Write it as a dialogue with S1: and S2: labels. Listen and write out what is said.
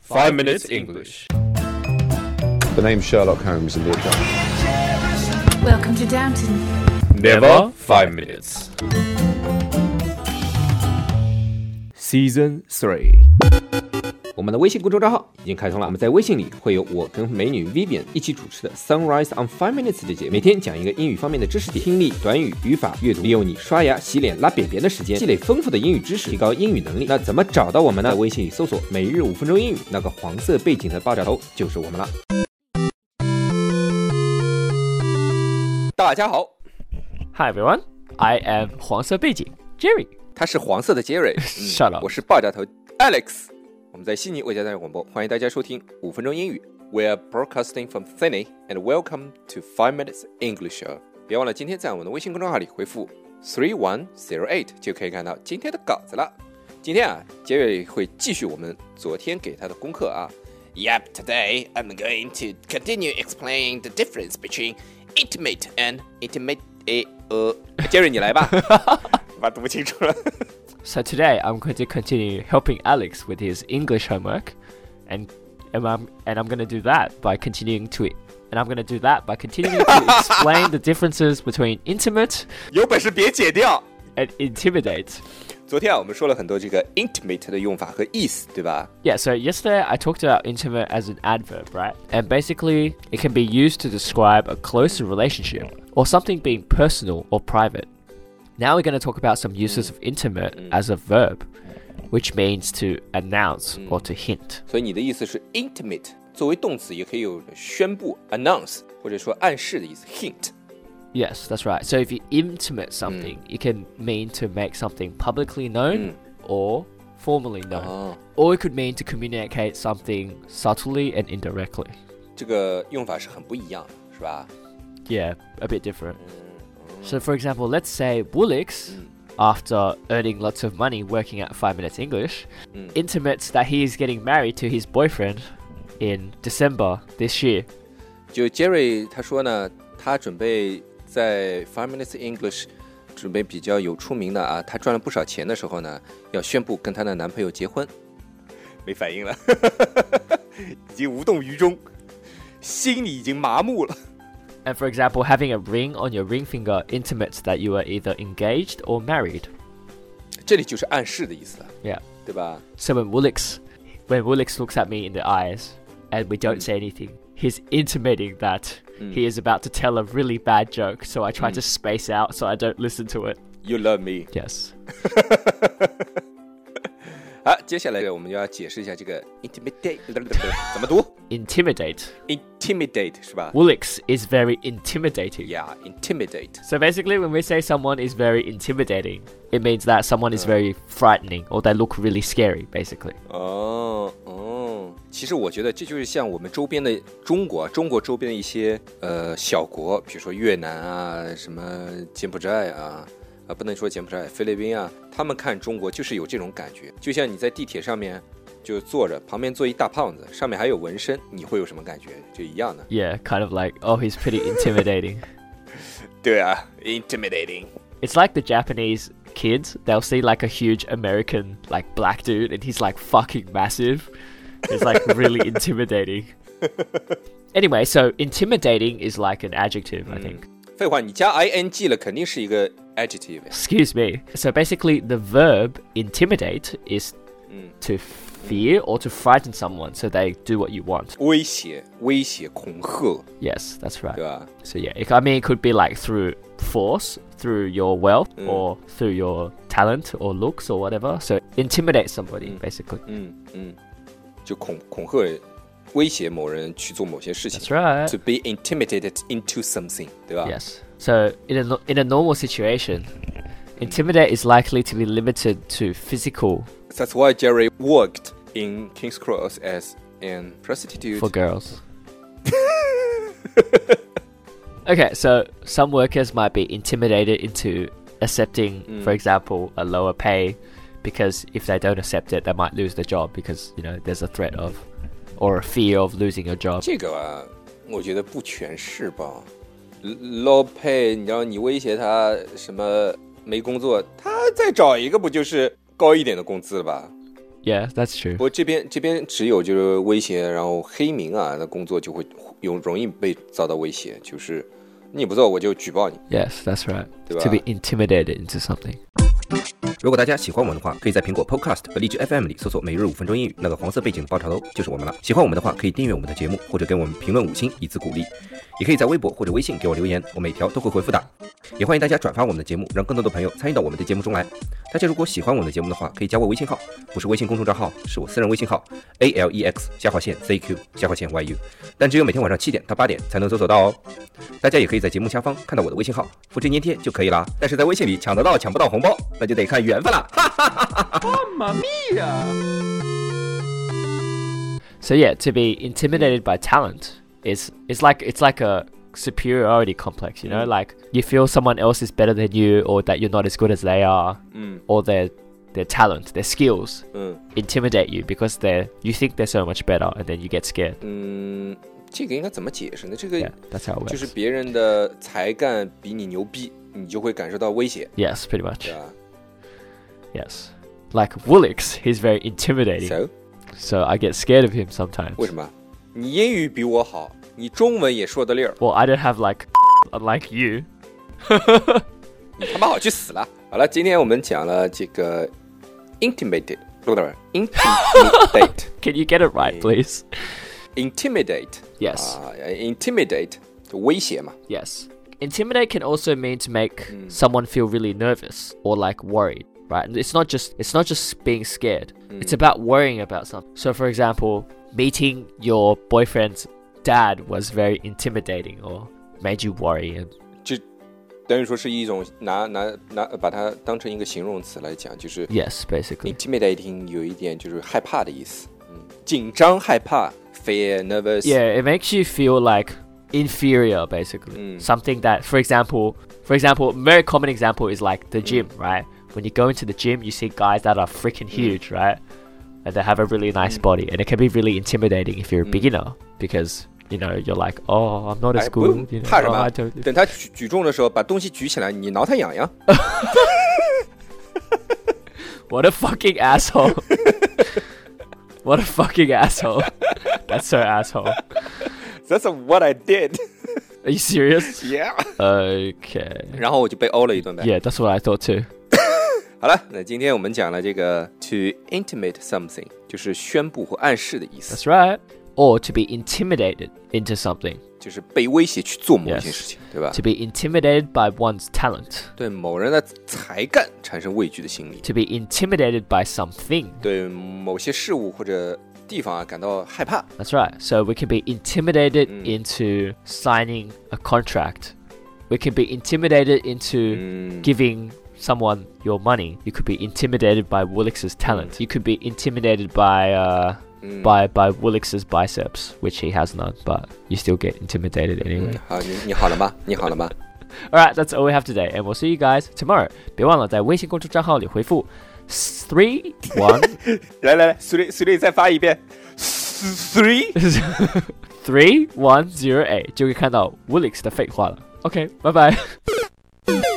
S1: Five Minutes English.
S2: The name Sherlock Holmes in the account.
S3: Welcome to Downton.
S1: Never five minutes.
S4: Season Three，
S5: 我们的微信公众账号已经开通了，我们在微信里会有我跟美女 Vivian 一起主持的 Sunrise on Five Minutes 的节目，每天讲一个英语方面的知识点，听力、短语、语法、阅读，利用你刷牙、洗脸、拉便便的时间，积累丰富的英语知识，提高英语能力。那怎么找到我们呢？在微信里搜索“每日五分钟英语”，那个黄色背景的爆炸头就是我们了。大家好，
S6: Hi everyone, I am 黄色背景 Jerry。
S5: 他是黄色的杰瑞，嗯
S6: Shut up
S5: 我是爆炸头 Alex。我们在悉尼为大家带来广播，欢迎大家收听五分钟英语。We are broadcasting from Sydney and welcome to Five Minutes English Show。别忘了今天在我们的微信公众号里回复 three one zero eight 就可以看到今天的稿子了。今天啊，杰瑞会继续我们昨天给他的功课啊。Yep, today I'm going to continue explaining the difference between intimate and intimate. 诶呃，杰瑞你来吧，把它读清楚了。
S6: So today I'm going to continue helping Alex with his English homework, and and I'm and I'm going to do that by continuing to and I'm going to do that by continuing to explain the differences between intimate
S5: 有本事别剪掉。
S6: and intimidate.
S5: 昨天啊，我们说了很多这个 intimate 的用法和意思，对吧？
S6: Yeah, so yesterday I talked about intimate as an adverb, right? And basically, it can be used to describe a closer relationship or something being personal or private. Now we're going to talk about some uses of intimate as a verb, which means to announce or to hint.
S5: 所以你的意思是 intimate 作为动词也可以有宣布 announce 或者说暗示的意思 hint。
S6: Yes, that's right. So if you intimate something, it can mean to make something publicly known or formally known.
S5: Uh-huh.
S6: Or it could mean to communicate something subtly and indirectly.
S5: 这个用法是很不一样的，是吧？
S6: Yeah, a bit different. Mm. So, for example, let's say Woolix, after earning lots of money working at Five Minutes English, intimates that he is getting married to his boyfriend in December this year.
S5: 就 Jerry 他说呢，他准备在 Five Minutes English 准备比较有出名的啊，他赚了不少钱的时候呢，要宣布跟她的男朋友结婚。没反应了， 已经无动于衷，心里已经麻木了。
S6: And for example, having a ring on your ring finger intimates that you are either engaged or married.
S5: 这里就是暗示的意思了，
S6: Yeah.
S5: 对吧？
S6: So when Woolix, when Woolix looks at me in the eyes, and we don't say anything, he's intimating that he is about to tell a really bad joke. So I try to space out so I don't listen to it.
S5: You love me。
S6: Mm. Yes.
S5: 好，接下来我们就要解释一下这个 intimidate 怎么读
S6: Intimidate.
S5: ？intimidate 是吧
S6: Woolix is very intimidating.
S5: ？Yeah，intimidate。
S6: So basically, when we say someone is very intimidating, it means that someone is very frightening or they look really scary, basically.
S5: 哦哦，其实我觉得这就是像我们周边的中国，啊中国周边的一些呃小国，比如说越南啊，什么柬埔寨啊。啊，不能说柬埔寨、菲律宾啊，他们看中国就是有这种感觉，就像你在地铁上面就坐着，旁边坐一大胖子，上面还有纹身，你会有什么感觉？就一样的。
S6: Yeah, kind of like, oh, he's pretty intimidating.
S5: 对啊，intimidating。
S6: It's like the Japanese kids, they'll see like a huge American, like black dude, and he's like fucking massive. It's like really intimidating. Anyway, so intimidating is like an adjective, I think.
S5: 废话，你加 i n g 了，肯定是一个 adjective。
S6: Excuse me. So basically, the verb intimidate is to fear or to frighten someone so they do what you want.
S5: 威胁、威胁、恐吓，
S6: Yes, that's
S5: 对
S6: right.
S5: 吧？
S6: So yeah, it, I mean, it could be like through force, through your wealth, or through your talent or looks or whatever. So intimidate somebody, basically.
S5: 就恐恐吓人，威胁某人去做某些事情。
S6: That's right.
S5: To be intimidated into something，对吧
S6: Yes. So in a no- in a normal situation, intimidate is likely to be limited to physical
S5: That's why Jerry worked in King's Cross as an prostitute.
S6: for girls. okay, so some workers might be intimidated into accepting,
S5: Mm.
S6: for example, a lower pay because if they don't accept it, they might lose their job because, you know, there's a threat of or a fear of losing your job.
S5: 这个啊，我觉得不全是吧。老佩，你让你威胁他什么没工作，他再找一个不就是高一点的工资了吧？
S6: Yeah, that's true.
S5: 不过这边这边只有就是威胁，然后黑名啊，那工作就会有容易被遭到威胁，就是你不做我就举报你。
S6: Yes, that's right.
S5: Do
S6: To be
S5: I?
S6: intimidated into something.
S7: 如果大家喜欢我们的话，可以在苹果 Podcast 和荔枝 FM 里搜索“每日五分钟英语”，那个黄色背景的爆炒头就是我们了。喜欢我们的话，可以订阅我们的节目，或者给我们评论五星以资鼓励。也可以在微博或者微信给我留言，我每条都会回复的。也欢迎大家转发我们的节目，让更多的朋友参与到我们的节目中来。大家如果喜欢我们的节目的话，可以加我微信号，不是微信公众账号，是我私人微信号 a l e x 下划线 z q 下划线 y u，但只有每天晚上七点到八点才能搜索到哦。大家也可以在节目下方看到我的微信号，复制粘贴就可以啦。但是在微信里抢得到抢不到红包，那就得看缘分啦。
S6: So yeah, to be intimidated by talent is it's like it's like a superiority complex, you know,
S5: Mm.
S6: like you feel someone else is better than you or that you're not as good as they are
S5: 嗯
S6: or their their talent, their skills
S5: 嗯
S6: intimidate you because they're you think they're so much better and then you get scared.
S5: 嗯，这个应该怎么解释呢？这个
S7: 哎
S6: Yeah, that's how it
S5: 就是
S6: works.
S5: 别人的才干比你牛逼，你就会感受到威胁，
S6: Yes, pretty much.
S5: 对吧
S6: Yes. Like Woolix, he's
S7: 哎
S6: very intimidating.
S5: ？So
S6: So I get scared of him sometimes.
S5: 为什么？你英语比我好，你中文也说得溜儿，
S6: Well, I don't have like unlike you.
S5: 你他妈好去死了！好了，今天我们讲了这个 intimidate，不对，intimidate。
S6: Can you get it right, please?
S5: intimidate
S6: Yes.
S5: 啊、i n t i m i d a t e 就威胁嘛。
S6: Yes. Intimidate can also mean to make someone feel really nervous or like worried, right? And It's not just it's not just being scared. It's about worrying about something. So for example, meeting your boyfriend's dad was very intimidating or made you worry and
S5: 就等于说是一种拿拿拿呃把它当成一个形容词来讲，就是。
S6: yes, basically.
S5: intimidating 有一点就是害怕的意思，嗯，紧张、害怕，fear、nervous，、
S6: Yeah, it makes you feel like inferior basically. Something that for example for example, a very common example is like the gym, right? When you go into the gym you see guys that are freaking huge, right? And they have a really nice body and it can be really intimidating if you're a beginner because you know, you're like, oh, I'm not
S5: 哎，
S6: as
S5: 不用
S6: good. You know,
S5: 怕什
S6: oh,
S5: 么
S6: I don't-"
S5: 等他举举重的时候，把东西举起来，你挠他痒痒。
S6: What a fucking asshole. what a fucking asshole. That's so asshole.
S5: That's what I did.
S6: Are you serious?
S5: Yeah.
S6: Okay.
S5: 然后我就被殴了一顿呗。
S6: Yeah, that's what I thought too.
S5: 好了，那今天我们讲了这个 to intimate something，就是宣布或暗示的意思
S6: That's，right. Or to be intimidated into something.
S5: 就是被威胁去做某一
S6: Yes
S5: 件事情，对吧
S6: To？be intimidated by one's talent.
S5: 对某人的才干产生畏惧的心理，
S6: To be intimidated by something.
S5: 对某些事物或者地方啊感到害怕。
S6: That's right. So we can be intimidated into signing a contract. We can be intimidated into
S5: Mm. 嗯
S6: giving someone your money. You could be intimidated by Woolix's talent. You could be intimidated by uh,
S5: Mm. 嗯
S6: by by Woolix's biceps, which he has none, but you still get intimidated anyway.
S5: 嗯好，你你好了吗？你好了吗？
S6: Alright, that's all we have today, and we'll see you guys tomorrow. 别忘了在微信公众账号里回复 three one
S5: 来来来，苏瑞苏瑞再发一遍，three。
S6: three one zero eight 就可以看到 Woolix 的废话了。OK，拜拜。